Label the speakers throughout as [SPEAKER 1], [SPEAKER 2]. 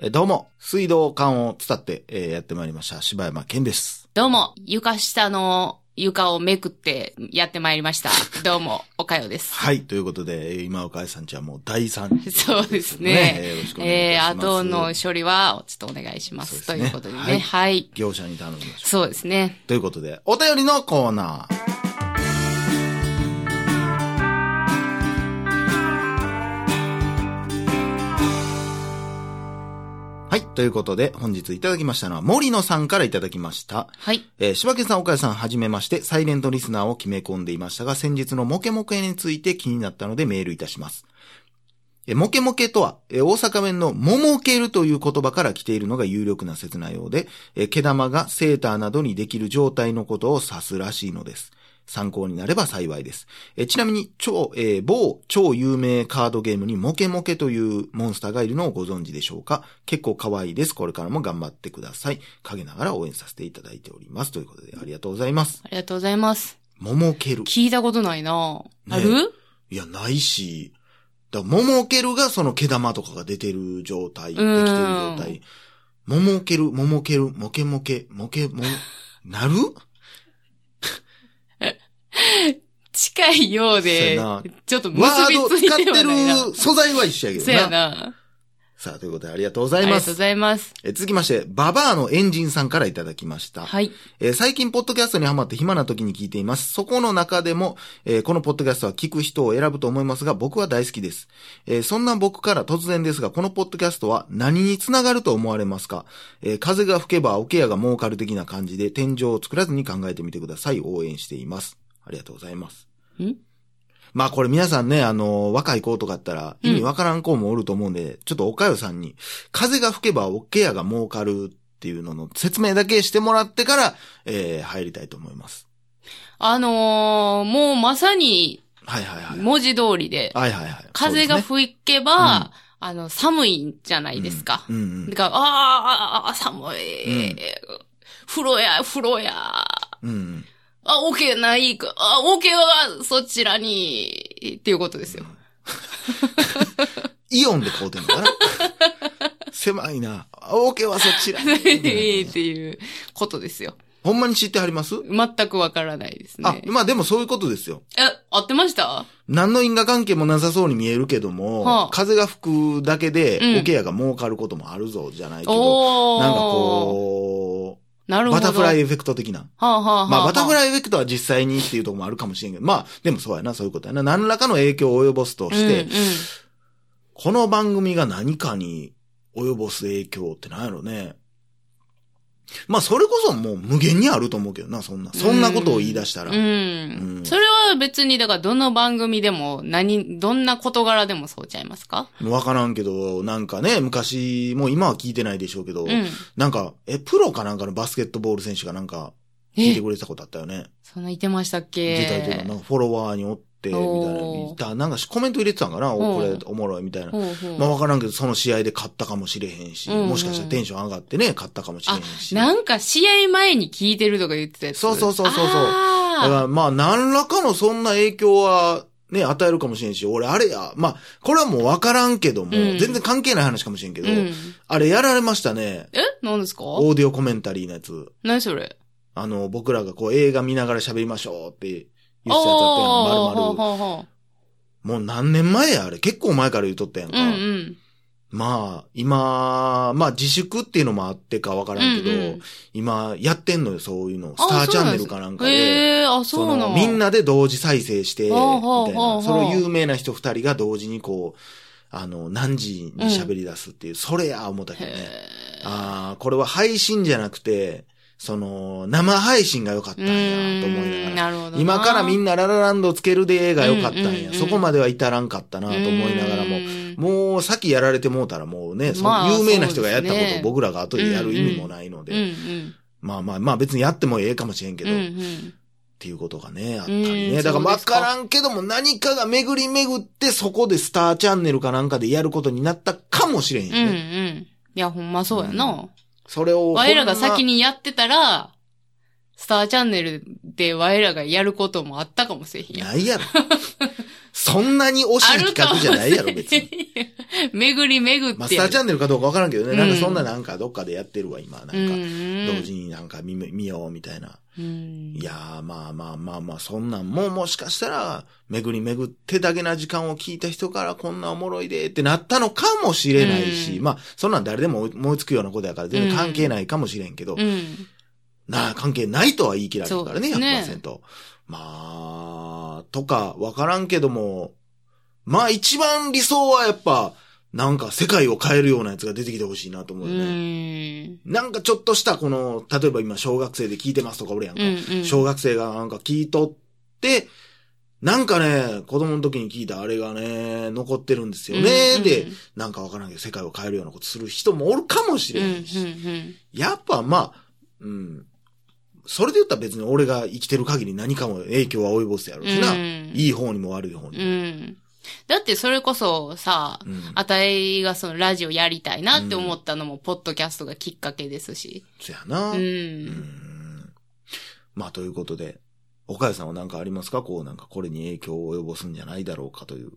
[SPEAKER 1] えーどうも、水道管を伝って、えーやってまいりました、柴山健です。
[SPEAKER 2] どうも、床下の床をめくってやってまいりました。どうも、おかよ です。
[SPEAKER 1] はい、ということで、えー今岡愛さんちはもう第3期
[SPEAKER 2] そうです
[SPEAKER 1] え
[SPEAKER 2] ね。
[SPEAKER 1] ーよろしくお願いい
[SPEAKER 2] えー、
[SPEAKER 1] たします。
[SPEAKER 2] 後の処理は、ちょっとお願いします。
[SPEAKER 1] そう
[SPEAKER 2] と
[SPEAKER 1] です
[SPEAKER 2] い
[SPEAKER 1] ね
[SPEAKER 2] うことでね。
[SPEAKER 1] は
[SPEAKER 2] はいい。
[SPEAKER 1] 業者に頼みましょ
[SPEAKER 2] そうですね。
[SPEAKER 1] う。ということで、お便りのコーナー。はい。ということで、本日いただきましたのは、森野さんからいただきました。
[SPEAKER 2] はい。
[SPEAKER 1] えー、柴犬さん、岡谷さん、はじめまして、サイレントリスナーを決め込んでいましたが、先日のモケモケについて気になったのでメールいたします。えーモケモケとは、えー大阪弁のモモケルという言葉から来ているのが有力な説なようで、えー毛玉がセーターなどにできる状態のことを指すらしいのです。参考になれば幸いです。えーちなみに、超、えー某超有名カードゲームにモケモケというモンスターがいるのをご存知でしょうか結構可愛いです。これからも頑張ってください。陰ながら応援させていただいております。ということで、ありがとうございます。
[SPEAKER 2] ありがとうございます。
[SPEAKER 1] モモケル。
[SPEAKER 2] 聞いたことないな
[SPEAKER 1] ね
[SPEAKER 2] ある、
[SPEAKER 1] いや、ないし、だからモモケルがその毛玉とかが出てる状態、できて
[SPEAKER 2] うん
[SPEAKER 1] る状態。モモケル、モモケル、モケモケ、モケモ、なる
[SPEAKER 2] 近いようで
[SPEAKER 1] そうやな、
[SPEAKER 2] ちょっと
[SPEAKER 1] ワ
[SPEAKER 2] 結び
[SPEAKER 1] ード
[SPEAKER 2] つ
[SPEAKER 1] 使っ
[SPEAKER 2] いては
[SPEAKER 1] て
[SPEAKER 2] ないな。
[SPEAKER 1] る素材は一緒やけ
[SPEAKER 2] そ
[SPEAKER 1] ど
[SPEAKER 2] うや
[SPEAKER 1] な。
[SPEAKER 2] な。
[SPEAKER 1] さあ、ということでありがとうござ
[SPEAKER 2] あ
[SPEAKER 1] い
[SPEAKER 2] り
[SPEAKER 1] ま
[SPEAKER 2] がと
[SPEAKER 1] す
[SPEAKER 2] うご。ざいます。
[SPEAKER 1] え続きまして、ババアのエンジンさんからいただきました。
[SPEAKER 2] はい。
[SPEAKER 1] えー最近、ポッドキャストにハマって暇な時に聞いています。そこの中でも、えーこのポッドキャストは聞く人を選ぶと思いますが、僕は大好きです。えーそんな僕から突然ですが、このポッドキャストは何につながると思われますか、えー風が吹けば桶屋が儲かる的な感じで、天井を作らずに考えてみてください。応援しています。ありがとうございます。
[SPEAKER 2] ん
[SPEAKER 1] まあこれ皆さんね、あのー若い子とかあったら、意味わからん子もおると思うんで、ちょっとおかよさんに、風が吹けば桶屋が儲かるっていうのの説明だけしてもらってから、えー、入りたいと思います。
[SPEAKER 2] あのー、もうまさに
[SPEAKER 1] はいはいはい。
[SPEAKER 2] 文字通りで、
[SPEAKER 1] はいはいはい。
[SPEAKER 2] 風が
[SPEAKER 1] そう
[SPEAKER 2] 吹けば、あの、寒いんじゃない
[SPEAKER 1] でね
[SPEAKER 2] ですか。
[SPEAKER 1] うんうん
[SPEAKER 2] だから、あーあー、あー寒い、
[SPEAKER 1] うん
[SPEAKER 2] 風呂や、風呂や。
[SPEAKER 1] うん。うん
[SPEAKER 2] あ、オケないか。あ、オケはそちらに。っていうことですよ。
[SPEAKER 1] イオンで買うてんのか な狭いな。オーケーはそち ら。
[SPEAKER 2] っていうことですよ。
[SPEAKER 1] ほんまに知ってはります、
[SPEAKER 2] 全くわからないです
[SPEAKER 1] あ
[SPEAKER 2] ね、。
[SPEAKER 1] まあでもそういうことですよ。
[SPEAKER 2] え、合ってました
[SPEAKER 1] 何の因果関係もなさそうに見えるけども、
[SPEAKER 2] はあ
[SPEAKER 1] 風が吹くだけ
[SPEAKER 2] う
[SPEAKER 1] で、
[SPEAKER 2] ん
[SPEAKER 1] オケ屋が儲かることもあるぞ、じゃないけど、
[SPEAKER 2] おー。
[SPEAKER 1] なんかこ
[SPEAKER 2] な
[SPEAKER 1] う、
[SPEAKER 2] るほ
[SPEAKER 1] バ
[SPEAKER 2] ど。
[SPEAKER 1] タフライ。エフェクト的な。
[SPEAKER 2] はあ、はあはあ、
[SPEAKER 1] まあ、バタフ
[SPEAKER 2] イ。
[SPEAKER 1] ライエフェクトは実際にっていうところもあるかもしれんけど、まあ、でもそうやな、そういうことやな。何らかの影響を及ぼすとして、
[SPEAKER 2] うん
[SPEAKER 1] この番組が何かに及ぼす影響ってなんやろね。まあ、それこそもう無限にあると思うけどな、そんな。そんなことを言い出したら。
[SPEAKER 2] うん。うん
[SPEAKER 1] うん
[SPEAKER 2] それは別に、だからどの番組でも、何、どんな事柄でもそうちゃいますか
[SPEAKER 1] わからんけど、なんかね、昔、もう今は聞いてないでしょうけど、
[SPEAKER 2] うん。
[SPEAKER 1] なんか、え、プロかなんかのバスケットボール選手がなんか、聞いて
[SPEAKER 2] え、
[SPEAKER 1] くれてたことあったよね。
[SPEAKER 2] そんないてましたっけ
[SPEAKER 1] 自体というか、なんかフォロワーにおって、みたい
[SPEAKER 2] お
[SPEAKER 1] な
[SPEAKER 2] ー
[SPEAKER 1] いた。なんかしコメント入れてたんかな、おこ
[SPEAKER 2] う
[SPEAKER 1] れ
[SPEAKER 2] ん
[SPEAKER 1] おもろい、みたいな。
[SPEAKER 2] ほうほう
[SPEAKER 1] まあわからんけど、その試合で勝ったかもしれへんし、
[SPEAKER 2] うんうん
[SPEAKER 1] もしかしたらテンション上がってね、勝ったかもしれへんし。
[SPEAKER 2] な
[SPEAKER 1] だ
[SPEAKER 2] んか試合前に聞いてるとか言ってたやつ。
[SPEAKER 1] そうそうそうそうそうか
[SPEAKER 2] あ
[SPEAKER 1] らまあ、何らかのそんな影響は、ね、与えるかもしれんし、俺あれや、まあ、これはもうわからんけども、
[SPEAKER 2] うん
[SPEAKER 1] 全然関係ない話かもしれんけ
[SPEAKER 2] ー
[SPEAKER 1] ど、
[SPEAKER 2] うん。
[SPEAKER 1] あれやられましたね、
[SPEAKER 2] え何ですか
[SPEAKER 1] オーディオコメンタリーのやつ。
[SPEAKER 2] 何それ
[SPEAKER 1] あの、僕らがこう映画見ながら喋りましょうって言って
[SPEAKER 2] お
[SPEAKER 1] たやつやったやん、まるま
[SPEAKER 2] ー
[SPEAKER 1] る。
[SPEAKER 2] ほうほうほ
[SPEAKER 1] もう何年前や、あれ。結構前から言うとったやん
[SPEAKER 2] う
[SPEAKER 1] か。
[SPEAKER 2] うんうん。
[SPEAKER 1] まあ、今、まあ自粛っていうのもあってかわからんけど、
[SPEAKER 2] うんうん
[SPEAKER 1] 今やってんのよ、そういうの。
[SPEAKER 2] あ
[SPEAKER 1] スターチャンネルかなんかで。
[SPEAKER 2] ええー、あ、そうなの
[SPEAKER 1] みん。なで同時再生して、みたい
[SPEAKER 2] ほうほうほ
[SPEAKER 1] な。
[SPEAKER 2] う
[SPEAKER 1] その有名な人二人が同時にこう、あの、何時に喋り出すっていう、それや、思ったけどね。
[SPEAKER 2] へー
[SPEAKER 1] ああ、これは配信じゃなくて、その、生配信が良かったんや、と思いながら。
[SPEAKER 2] うーんるほどな
[SPEAKER 1] 今からみんなララランドつけるでが良かったんや、
[SPEAKER 2] うんうんうん
[SPEAKER 1] そこまでは至らんかったなと思いながらも
[SPEAKER 2] う、ーん
[SPEAKER 1] もう先やられてもうたらもうね、そ
[SPEAKER 2] まあ
[SPEAKER 1] の有名な人がやったこ
[SPEAKER 2] そうです
[SPEAKER 1] とを
[SPEAKER 2] ね
[SPEAKER 1] 僕らが後でやる意味もないので、
[SPEAKER 2] うんうん。
[SPEAKER 1] まあまあまあ別にやってもええかもしれんけ
[SPEAKER 2] うん
[SPEAKER 1] ど、
[SPEAKER 2] う
[SPEAKER 1] っ
[SPEAKER 2] ん。
[SPEAKER 1] ていうことがね、あった
[SPEAKER 2] う
[SPEAKER 1] り
[SPEAKER 2] ん
[SPEAKER 1] ね。だから
[SPEAKER 2] そう
[SPEAKER 1] わ
[SPEAKER 2] ですか
[SPEAKER 1] からんけども何かが巡り巡ってそこでスターチャンネルかなんかでやることになったかもしれへんよ
[SPEAKER 2] うんう
[SPEAKER 1] ね。
[SPEAKER 2] ん。いや、ほんまそうやな。
[SPEAKER 1] それを。
[SPEAKER 2] 我らが先
[SPEAKER 1] に。
[SPEAKER 2] にやってたら、スターチャンネルで我らがやることもあったかもしれへんやん。
[SPEAKER 1] ないやろ。そんなに惜しい企画じゃないやろ、別に。
[SPEAKER 2] に。巡り巡って。
[SPEAKER 1] まあ、スターチャンネルかどうかわからんけどね、
[SPEAKER 2] うん
[SPEAKER 1] なんかそんななんかどっかでやってるわ、今。なんか、
[SPEAKER 2] うん
[SPEAKER 1] 同時になんか見、見よう、みたいな。
[SPEAKER 2] うん
[SPEAKER 1] いやー、まあまあまあまあ、そんなんももしかしたら、巡り巡ってだけな時間を聞いた人からこんなおもろいでってなったのかもしれないし、
[SPEAKER 2] うん
[SPEAKER 1] まあ、そんなん誰でも思いつくようなことやから全然関係ないかもしれんけど、
[SPEAKER 2] うん。
[SPEAKER 1] なあ、関係ないとは言い切られるからね、
[SPEAKER 2] そうですね
[SPEAKER 1] 100%。まあ、とか、わからんけども、まあ一番理想はやっぱ、なんか世界を変えるようなやつが出てきてほしいなと思
[SPEAKER 2] う
[SPEAKER 1] うよね。
[SPEAKER 2] ん。
[SPEAKER 1] なんかちょっとしたこの、例えば今小学生で聞いてますとか俺やんか。
[SPEAKER 2] うん。
[SPEAKER 1] 小学生がなんか聞いとって、なんかね、子供の時に聞いたあれがね、残ってるんですよね。で、なんかわからんけど世界を変えるようなことする人もおるかもし
[SPEAKER 2] う
[SPEAKER 1] れ
[SPEAKER 2] ん、
[SPEAKER 1] ないし。
[SPEAKER 2] うん、
[SPEAKER 1] やっぱまあ、うん。それで言ったら別に俺が生きてる限り何かも影響は及ぼすやろうしな。
[SPEAKER 2] うん
[SPEAKER 1] いい方にも悪い方
[SPEAKER 2] う
[SPEAKER 1] にも。
[SPEAKER 2] ん。だってそれこそさ、
[SPEAKER 1] うん
[SPEAKER 2] あたいがそのラジオやりたいなって思ったのも、ポッドキャストがきっかけですし。
[SPEAKER 1] そやな。
[SPEAKER 2] う。
[SPEAKER 1] うんんまあということで、岡谷さんは何かありますかこうなんかこれに影響を及ぼすんじゃないだろうかという。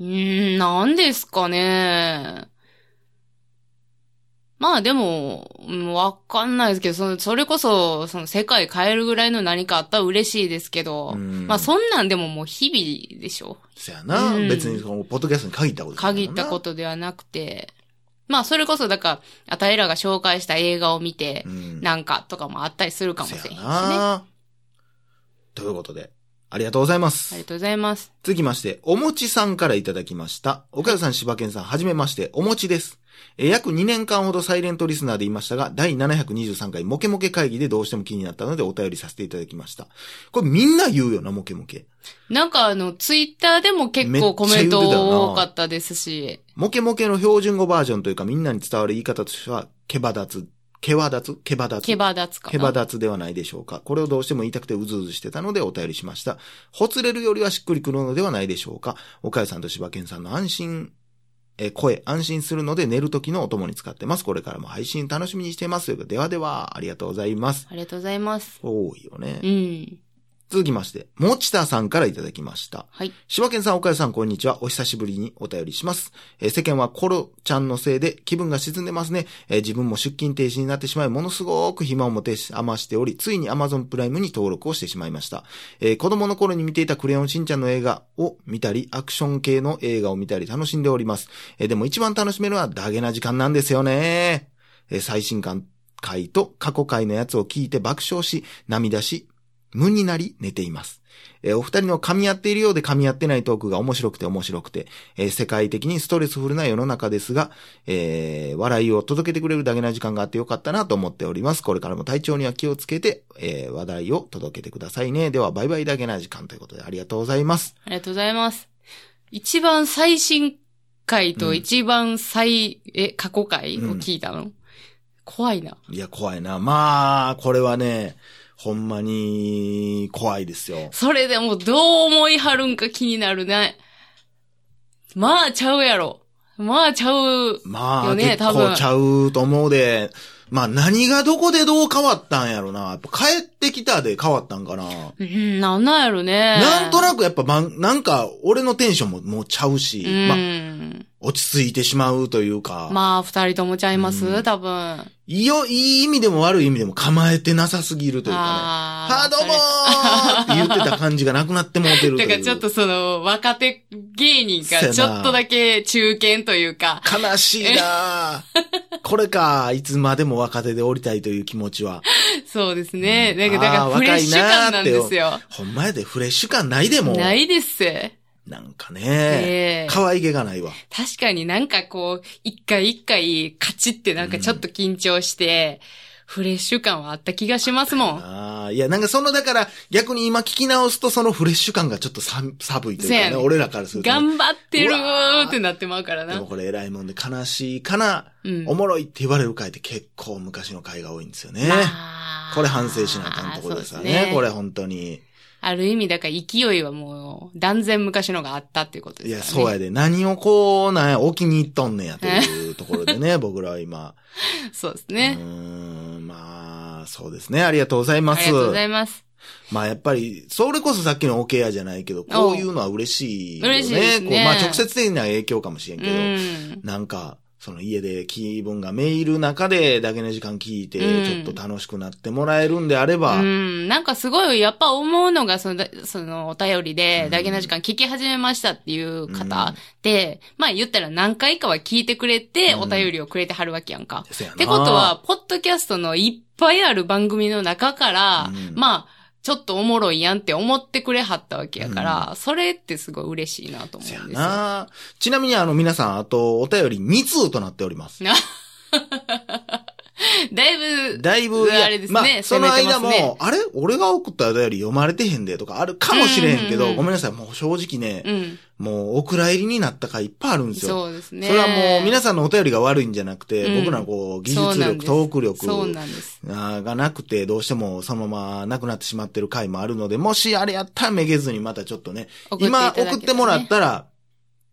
[SPEAKER 2] うん、なんですかね。まあでも、うんわかんないですけど、そのそれこそ、その世界変えるぐらいの何かあったら嬉しいですけど、
[SPEAKER 1] うん
[SPEAKER 2] まあそんなんでももう日々でしょ。
[SPEAKER 1] そやな。
[SPEAKER 2] うん
[SPEAKER 1] 別にその、ポッドキャストに限ったことじゃない
[SPEAKER 2] 限
[SPEAKER 1] も
[SPEAKER 2] っ
[SPEAKER 1] んな
[SPEAKER 2] たこ。とではなくて、まあそれこそだから、あたいらが紹介した映画を見て
[SPEAKER 1] う、ん。
[SPEAKER 2] なんかとかもあったりするかもしれへんしね。
[SPEAKER 1] そや
[SPEAKER 2] あ
[SPEAKER 1] な。ということで、ありがとうございます
[SPEAKER 2] りが。とうございます。
[SPEAKER 1] 続きまして、おもちさんからいただきました。岡谷さん、柴犬さん、はじめまして、おもちです。えー約2年間ほどサイレントリスナーでいましたが、第723回モケモケ会議でどうしても気になったのでお便りさせていただきました。これみんな言うよな、モケモケ。
[SPEAKER 2] なんかあの、ツイッターでも結構コメント多かったですし、
[SPEAKER 1] モケモケの標準語バージョンというかみんなに伝わる言い方としては、ケバダツ、ケワダツケバダツ
[SPEAKER 2] ケバダツかな。
[SPEAKER 1] ケバダツではないでしょうか。これをどうしても言いたくてうずうずしてたのでお便りしました。ほつれるよりはしっくりくるのではないでしょうか。岡谷さんと柴犬さんの安心、えー、声、安心するので寝る時のお供に使ってます。これからも配信楽しみにしてます。ということでではでは、ありがとうございます。
[SPEAKER 2] ありがとうございます。
[SPEAKER 1] 多いよね
[SPEAKER 2] う。ん。
[SPEAKER 1] 続きまして、もちたさんからいただきました。
[SPEAKER 2] はい。
[SPEAKER 1] 柴犬さん、岡谷さん、こんにちは。お久しぶりにお便りします。えー世間はコロちゃんのせいで気分が沈んでますね。えー自分も出勤停止になってしまい、ものすごく暇を持て余しており、ついに Amazon プライムに登録をしてしまいました。えー子供の頃に見ていたクレヨンしんちゃんの映画を見たり、アクション系の映画を見たり楽しんでおります。えーでも一番楽しめるのはダゲな時間なんですよね。えー最新刊回と過去回のやつを聞いて爆笑し、涙し、無になり寝ています。えーお二人の噛み合っているようで噛み合ってないトークが面白くて面白くて、えー世界的にストレスフルな世の中ですが、えー笑いを届けてくれるだけな時間があってよかったなと思っております。これからも体調には気をつけて、えー話題を届けてくださいね。では、バイバイだけな時間ということでありがとうございます。
[SPEAKER 2] ありがとうございます。一番最新回
[SPEAKER 1] う
[SPEAKER 2] と
[SPEAKER 1] ん
[SPEAKER 2] 一番最、え、過去回を聞いたの、怖いな。
[SPEAKER 1] いや、怖いな。まあ、これはね、ほんまに、怖いですよ。
[SPEAKER 2] それでもどう思いはるんか気になるね。まあちゃうやろ。まあちゃう。
[SPEAKER 1] まあ、
[SPEAKER 2] よね
[SPEAKER 1] 結構ちゃうと思うで、まあ何がどこでどう変わったんやろな。やっぱ帰ってきたで変わったんかな。
[SPEAKER 2] うん、なんなんやろね。
[SPEAKER 1] なんと
[SPEAKER 2] な
[SPEAKER 1] なくやっぱ、まん、なんか、俺のテンションももうちゃうし、ま
[SPEAKER 2] う
[SPEAKER 1] あ、
[SPEAKER 2] ん。
[SPEAKER 1] 落ち着いてしまうというか、
[SPEAKER 2] まあ、二人ともちゃいま
[SPEAKER 1] う
[SPEAKER 2] す
[SPEAKER 1] ん
[SPEAKER 2] 多分。
[SPEAKER 1] いいよ、いい意味でも悪い意味でも構えてなさすぎるというかね。
[SPEAKER 2] あ
[SPEAKER 1] はあ、どうもーって言ってた感じがなくなってもうてると
[SPEAKER 2] だ
[SPEAKER 1] いう。
[SPEAKER 2] からちょっとその、若手芸人
[SPEAKER 1] せや
[SPEAKER 2] が
[SPEAKER 1] な
[SPEAKER 2] ちょっとだけ中堅というか、
[SPEAKER 1] 悲しい なーこれか、いつまでも若手で降りたいという気持ちは。
[SPEAKER 2] そうです
[SPEAKER 1] う
[SPEAKER 2] ね。
[SPEAKER 1] ん
[SPEAKER 2] なんか、だから
[SPEAKER 1] あー
[SPEAKER 2] フレッシュ感なんですよ。
[SPEAKER 1] ほんまやで、フレッシュ感ないでもう。
[SPEAKER 2] ないです。え
[SPEAKER 1] なんかね、
[SPEAKER 2] え
[SPEAKER 1] 可愛げがないわ。
[SPEAKER 2] 確かになんかこう、一回一回カチってなんかちょっと緊張して、フレッシュ感はあった気がしますもん。
[SPEAKER 1] ああ、いや、なんかその、だから、逆に今聞き直すと、そのフレッシュ感がちょっとさ寒いという
[SPEAKER 2] せ
[SPEAKER 1] か
[SPEAKER 2] や
[SPEAKER 1] ね、
[SPEAKER 2] ね
[SPEAKER 1] 俺らからするとね、
[SPEAKER 2] 頑張ってる
[SPEAKER 1] うわー
[SPEAKER 2] ーってなってまうから
[SPEAKER 1] で
[SPEAKER 2] な
[SPEAKER 1] も。これ偉いもんで悲しいかな、
[SPEAKER 2] うん
[SPEAKER 1] おもろいって言われる回って結構昔の回が多いんですよね。
[SPEAKER 2] まあ
[SPEAKER 1] これ反省しなあかんところですよね。
[SPEAKER 2] そう
[SPEAKER 1] これ本当に。
[SPEAKER 2] ある意味、だから勢いはもう、断然昔のがあったっていうこと
[SPEAKER 1] い
[SPEAKER 2] で
[SPEAKER 1] や、
[SPEAKER 2] すか
[SPEAKER 1] そう
[SPEAKER 2] らね。
[SPEAKER 1] やで。何をこう、なんや、置きに行っとんねんやというところで ね、僕らは今。
[SPEAKER 2] そうです
[SPEAKER 1] う
[SPEAKER 2] ね。
[SPEAKER 1] ーん、まあ、そうですね。ありがとうございま
[SPEAKER 2] あ
[SPEAKER 1] す。
[SPEAKER 2] りがとうございます。
[SPEAKER 1] まあやっぱり、それこそさっきのオケアじゃないけど、こういうのは嬉しいよね。
[SPEAKER 2] 嬉しいですね
[SPEAKER 1] こうまあ直接的な影響かもしれんけど、
[SPEAKER 2] うん。
[SPEAKER 1] なんか、その家で気分がめいる中でだけの時間聞いて、
[SPEAKER 2] う
[SPEAKER 1] ち
[SPEAKER 2] ん
[SPEAKER 1] ょっと楽しくなってもらえるんであれば、
[SPEAKER 2] うん、なんかすごい、やっぱ思うのが、その、だその、お便り
[SPEAKER 1] う
[SPEAKER 2] で
[SPEAKER 1] ん、
[SPEAKER 2] だけな時間聞き始めましたっていう
[SPEAKER 1] う
[SPEAKER 2] 方
[SPEAKER 1] ん
[SPEAKER 2] で、まあ言ったら何回かは聞いてくれて、
[SPEAKER 1] うん
[SPEAKER 2] お便りをくれてはるわけやんか。
[SPEAKER 1] せやな
[SPEAKER 2] ってことは、、ポッドキャストのいっぱいある番組の中から、
[SPEAKER 1] うん
[SPEAKER 2] まあ、ちょっとおもろいやんって思ってくれはったわけやから、それってすごい嬉しいなと思
[SPEAKER 1] せや
[SPEAKER 2] うんですよ。
[SPEAKER 1] なちなみにあの皆さん、あとお便り2通となっております。
[SPEAKER 2] だいぶ、
[SPEAKER 1] だいぶ、いや
[SPEAKER 2] あれですね
[SPEAKER 1] まあ、そ
[SPEAKER 2] 攻
[SPEAKER 1] の
[SPEAKER 2] めてま
[SPEAKER 1] 間
[SPEAKER 2] す
[SPEAKER 1] も、
[SPEAKER 2] ね
[SPEAKER 1] あれ俺が送ったお便り読まれてへんでとかあるかもしれへんけど、
[SPEAKER 2] うんうんうん
[SPEAKER 1] ごめんなさい、もう正直ね、
[SPEAKER 2] うん。
[SPEAKER 1] もうお蔵入りになったかいっぱいあるんですよ。
[SPEAKER 2] そうですね。
[SPEAKER 1] それはもう皆
[SPEAKER 2] さ
[SPEAKER 1] さんのお便りが悪いんじゃなくて、
[SPEAKER 2] うん
[SPEAKER 1] 僕らのこう、技
[SPEAKER 2] そう
[SPEAKER 1] 術
[SPEAKER 2] なんで
[SPEAKER 1] 力、
[SPEAKER 2] す
[SPEAKER 1] トーク力、
[SPEAKER 2] そうなんです。
[SPEAKER 1] あーがなくて、どうしてもそのままなくなってしまってる回もあるので、もしあれやったらめげずにまたちょっとね、
[SPEAKER 2] 送っていた
[SPEAKER 1] 今
[SPEAKER 2] だけたらね
[SPEAKER 1] 送ってもらったら、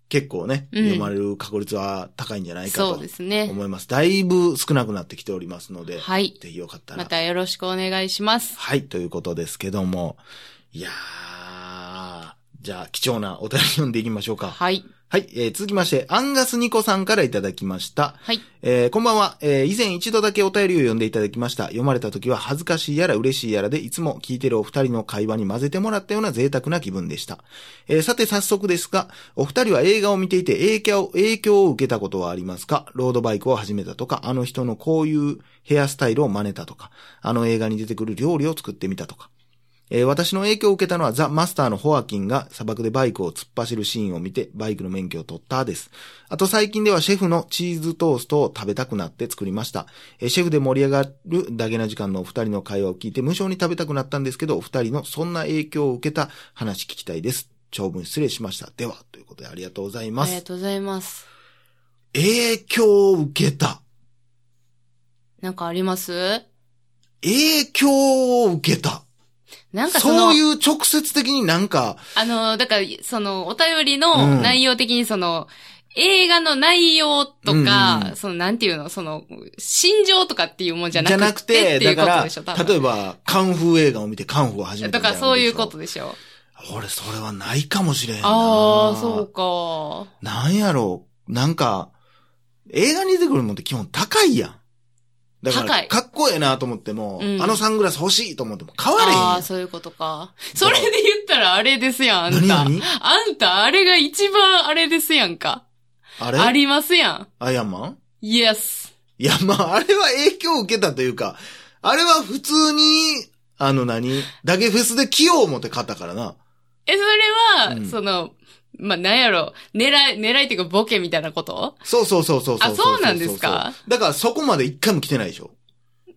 [SPEAKER 1] 結構ね、
[SPEAKER 2] うん
[SPEAKER 1] 読まれる確率は高いんじゃないか
[SPEAKER 2] そう
[SPEAKER 1] と
[SPEAKER 2] ですね。
[SPEAKER 1] 思います。だいぶ少なくなってきておりますので、
[SPEAKER 2] はい。
[SPEAKER 1] ぜひよかったら。
[SPEAKER 2] またよろしくお願いします。
[SPEAKER 1] はい、ということですけども、いやー、じゃあ貴重なお便り読んでいきましょうか。
[SPEAKER 2] はい。
[SPEAKER 1] はい、えー続きまして、アンガスニコさんからいただきました。
[SPEAKER 2] はい。
[SPEAKER 1] えーこんばんは、えー以前一度だけお便りを読んでいただきました。読まれた時は恥ずかしいやら嬉しいやらで、いつも聞いてるお二人の会話に混ぜてもらったような贅沢な気分でした。えーさて早速ですが、お二人は映画を見ていて影響影響を受けたことはありますかロードバイクを始めたとか、あの人のこういうヘアスタイルを真似たとか、あの映画に出てくる料理を作ってみたとか。えー私の影響を受けたのはザ・マスターのホアキンが砂漠でバイクを突っ走るシーンを見てバイクの免許を取ったです。あと最近ではシェフのチーズトーストを食べたくなって作りました。えーシェフで盛り上がるダゲな時間のお二人の会話を聞いて無償に食べたくなったんですけど、お二人のそんな影響を受けた話聞きたいです。長文失礼しました。では、ということでありがとうござい
[SPEAKER 2] あ
[SPEAKER 1] ま
[SPEAKER 2] りが
[SPEAKER 1] す。
[SPEAKER 2] とうございます。
[SPEAKER 1] 影響を受けた。
[SPEAKER 2] なんかあります
[SPEAKER 1] 影響を受けた。
[SPEAKER 2] なんかその、
[SPEAKER 1] そういう直接的になんか、
[SPEAKER 2] あの、だから、その、お便り
[SPEAKER 1] う
[SPEAKER 2] の
[SPEAKER 1] ん
[SPEAKER 2] 内容的にその、映画の内容と
[SPEAKER 1] うん
[SPEAKER 2] か、
[SPEAKER 1] うん
[SPEAKER 2] その、なんていうの、その、心情とかっていうもんじゃな
[SPEAKER 1] じゃな
[SPEAKER 2] く
[SPEAKER 1] く
[SPEAKER 2] て、
[SPEAKER 1] て、
[SPEAKER 2] ってい
[SPEAKER 1] だ
[SPEAKER 2] うこ
[SPEAKER 1] か
[SPEAKER 2] と
[SPEAKER 1] ら、
[SPEAKER 2] でしょ、多分。
[SPEAKER 1] 例えば、カンフー映画を見てカンフーを始めた
[SPEAKER 2] と
[SPEAKER 1] みたい
[SPEAKER 2] か
[SPEAKER 1] な
[SPEAKER 2] そうい
[SPEAKER 1] で
[SPEAKER 2] う
[SPEAKER 1] しょ
[SPEAKER 2] ことでしょ。
[SPEAKER 1] 俺、それはないかもしれんな。
[SPEAKER 2] ああ、そうか。
[SPEAKER 1] なんやろう、なんか、映画に出てくるもんって基本高いやん。だか
[SPEAKER 2] 高
[SPEAKER 1] ら、
[SPEAKER 2] い
[SPEAKER 1] かっこええなと思っても、
[SPEAKER 2] うん
[SPEAKER 1] あのサングラス欲しいと思っても買われへん
[SPEAKER 2] あ
[SPEAKER 1] や
[SPEAKER 2] あ、
[SPEAKER 1] ん。
[SPEAKER 2] そういうことか。それで言ったらあれですやん、あん
[SPEAKER 1] 何
[SPEAKER 2] た。
[SPEAKER 1] 何
[SPEAKER 2] あんた、あれが一番あれですやんか。
[SPEAKER 1] あれ
[SPEAKER 2] ありますやん。
[SPEAKER 1] アイアンマン
[SPEAKER 2] イエス。
[SPEAKER 1] いや、まあ、あれは影響を受けたというか、あれは普通に、あの何ダゲフェスで器用を持って買ったからな。
[SPEAKER 2] え、それは、
[SPEAKER 1] うん
[SPEAKER 2] その、まあ、なんやろ、狙い、狙いっていうかボケみたいなこと
[SPEAKER 1] そうそうそうそうそう
[SPEAKER 2] あそうなんですか
[SPEAKER 1] だからそこまで一回も来てないでしょ。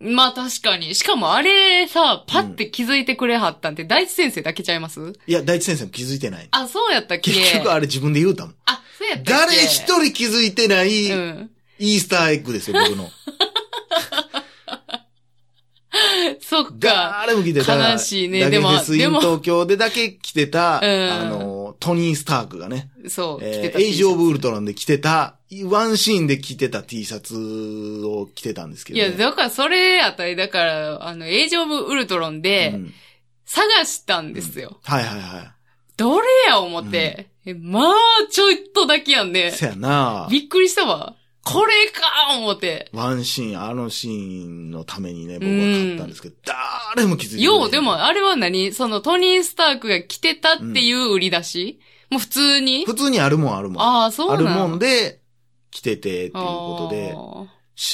[SPEAKER 2] まあ確かに。しかもあれさ、パって気づいてくれはったんて、大地先生だけちゃいます
[SPEAKER 1] いや、大地先生も気づいてない。
[SPEAKER 2] あ、そうやったっけ
[SPEAKER 1] 結局あれ自分で言うたもん。
[SPEAKER 2] あ、そうやったっけ
[SPEAKER 1] 誰一人気づいてない、
[SPEAKER 2] うん。
[SPEAKER 1] イースターエッグですよ、僕の。
[SPEAKER 2] そっか。
[SPEAKER 1] 誰も来てた
[SPEAKER 2] 悲しいね
[SPEAKER 1] ダゲ
[SPEAKER 2] でも
[SPEAKER 1] フェスイン
[SPEAKER 2] でも
[SPEAKER 1] 東京でだけ来てた、あ
[SPEAKER 2] うん
[SPEAKER 1] の、トニー・スタークがね、
[SPEAKER 2] そう、着て
[SPEAKER 1] え
[SPEAKER 2] た
[SPEAKER 1] ーエイジオブ・ウル
[SPEAKER 2] と。
[SPEAKER 1] トロンで着てた、ワンシーンで着てた T シャツを着てたんですけ
[SPEAKER 2] い
[SPEAKER 1] どね、
[SPEAKER 2] や、だからそれやったり、だから、あの、エイジオブウルトロン
[SPEAKER 1] う
[SPEAKER 2] で、
[SPEAKER 1] ん
[SPEAKER 2] 探したんですよ。
[SPEAKER 1] はいはいは
[SPEAKER 2] どれや思って。えまあ、ちょいっとだけやん
[SPEAKER 1] い。
[SPEAKER 2] ね。
[SPEAKER 1] せやな
[SPEAKER 2] びっくりしたわ。これか思って。
[SPEAKER 1] ワンシーン、あのシーンのためにね、僕は買ったんですけど、誰も気づいてない。
[SPEAKER 2] よう、でも、あれは何その、トニー・スタークが着てたっていう売り出し、もう普通に
[SPEAKER 1] 普通にあるもんあるもん。
[SPEAKER 2] ああ、そう
[SPEAKER 1] あ
[SPEAKER 2] な
[SPEAKER 1] る
[SPEAKER 2] の
[SPEAKER 1] もんで、着てて、っていうことで
[SPEAKER 2] あ、ー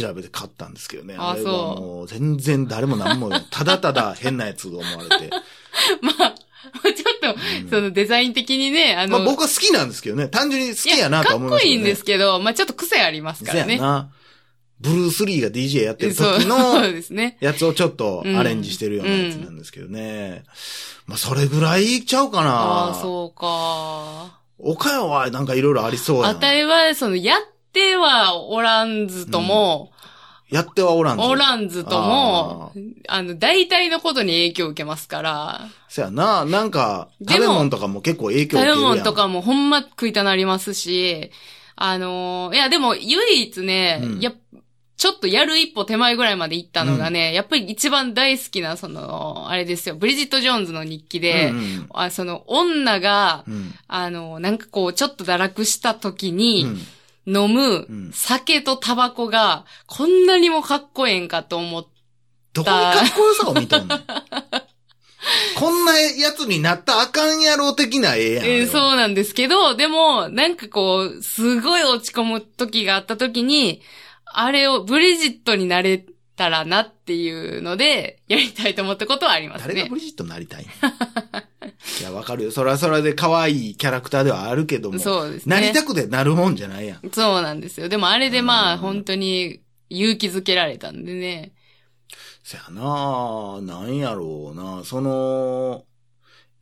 [SPEAKER 1] 調べて買ったんですけどね。
[SPEAKER 2] あ
[SPEAKER 1] あれ
[SPEAKER 2] そ
[SPEAKER 1] は
[SPEAKER 2] う
[SPEAKER 1] もう全然誰も何も、 ただただ変なやつが思われて。
[SPEAKER 2] まあ、 ちょっと、
[SPEAKER 1] うん
[SPEAKER 2] そのデザイン的にね、あ
[SPEAKER 1] ま
[SPEAKER 2] の、
[SPEAKER 1] あ僕は好きなんですけどね。単純に好きやなとは思い
[SPEAKER 2] か
[SPEAKER 1] ま
[SPEAKER 2] っ
[SPEAKER 1] すけ
[SPEAKER 2] こい
[SPEAKER 1] どね。
[SPEAKER 2] いんですけど、まあちょっと癖ありますから
[SPEAKER 1] せや
[SPEAKER 2] ね。
[SPEAKER 1] な。ブルース・リーが DJ やってる
[SPEAKER 2] そう
[SPEAKER 1] 時
[SPEAKER 2] そう
[SPEAKER 1] の
[SPEAKER 2] ですね。
[SPEAKER 1] やつをちょっとアレンジしてるようなやつなんですけどね。まあそれぐらいいっちゃうか
[SPEAKER 2] ああ
[SPEAKER 1] な。
[SPEAKER 2] ー、そうか。
[SPEAKER 1] 岡山はなんかいろいろありそうや
[SPEAKER 2] あ
[SPEAKER 1] ん。
[SPEAKER 2] たいは、その、やってはおらんずとも、
[SPEAKER 1] やってはおらんぞ
[SPEAKER 2] おらんずとも、あの、大体のことに影響を受けますから、
[SPEAKER 1] せやな。なんか、
[SPEAKER 2] で
[SPEAKER 1] 食
[SPEAKER 2] も
[SPEAKER 1] べ物とかも結構影響受け
[SPEAKER 2] 食べ
[SPEAKER 1] るやん。
[SPEAKER 2] 物とかもほんま食いたなりますし、あのーいやでも唯一ね、
[SPEAKER 1] うん
[SPEAKER 2] やっちょっとやる一歩手前ぐらいまで行ったのがね、やっぱり一番大好きな、その、あれですよ、ブリジット・ジョーンズの日記で、
[SPEAKER 1] うんうん
[SPEAKER 2] あその、女が、
[SPEAKER 1] うん
[SPEAKER 2] あの、なんかこう、ちょっと堕落した時
[SPEAKER 1] う
[SPEAKER 2] に、
[SPEAKER 1] ん
[SPEAKER 2] 飲
[SPEAKER 1] う
[SPEAKER 2] む
[SPEAKER 1] ん
[SPEAKER 2] 酒とタバコがこんなにもかっこええんかと思って、
[SPEAKER 1] どこにかっこよさを見とんの こんなやつになったらあかんやろ的な絵やんあれは。
[SPEAKER 2] えーそうなんですけど、でも、なんかこう、すごい落ち込む時があった時に、あれをブリジットになれたらなっていうので、やりたいと思ったことはあります
[SPEAKER 1] 誰が
[SPEAKER 2] ね
[SPEAKER 1] ブ。リジットになりたいの いや、わかるよ。それはそれで可愛いキャラクターではあるけども。
[SPEAKER 2] そうです
[SPEAKER 1] なり
[SPEAKER 2] ね。
[SPEAKER 1] たくてなるもんじゃないやん。
[SPEAKER 2] そうなんですよ。でもあれでま
[SPEAKER 1] う
[SPEAKER 2] あ、
[SPEAKER 1] ん
[SPEAKER 2] 本当に勇気づけられたんでね。
[SPEAKER 1] そやなあなんやろうなその、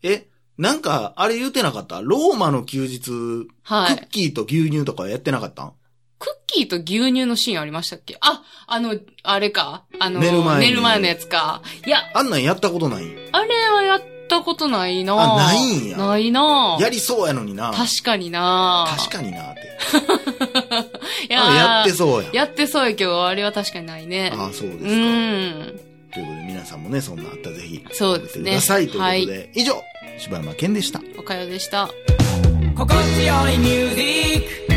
[SPEAKER 1] え、なんか、あれ言ってなかったローマの休日、
[SPEAKER 2] は
[SPEAKER 1] クッ
[SPEAKER 2] い。
[SPEAKER 1] キーと牛乳とかやってなかったん
[SPEAKER 2] クッキーと牛乳のシーンありましたっけあ、あの、あれか。あの、
[SPEAKER 1] 寝る前に
[SPEAKER 2] 寝る前のやつか。いや、
[SPEAKER 1] あんなんやったことない
[SPEAKER 2] あれはやったことないな
[SPEAKER 1] あないんや
[SPEAKER 2] ないな
[SPEAKER 1] やりそうやのにな
[SPEAKER 2] 確かにな
[SPEAKER 1] 確かになって。
[SPEAKER 2] いや
[SPEAKER 1] あ
[SPEAKER 2] ー
[SPEAKER 1] やってそうやん。
[SPEAKER 2] やってそうやけど、あれは確かにないね。
[SPEAKER 1] ああ、そうですか。
[SPEAKER 2] うん。
[SPEAKER 1] ということで皆さんもね、そんなんあったらぜひ、
[SPEAKER 2] そうですね
[SPEAKER 1] ください。と
[SPEAKER 2] は
[SPEAKER 1] いうことで、以上、柴山健でした。
[SPEAKER 2] おかよでした。
[SPEAKER 3] 心地よいミュージック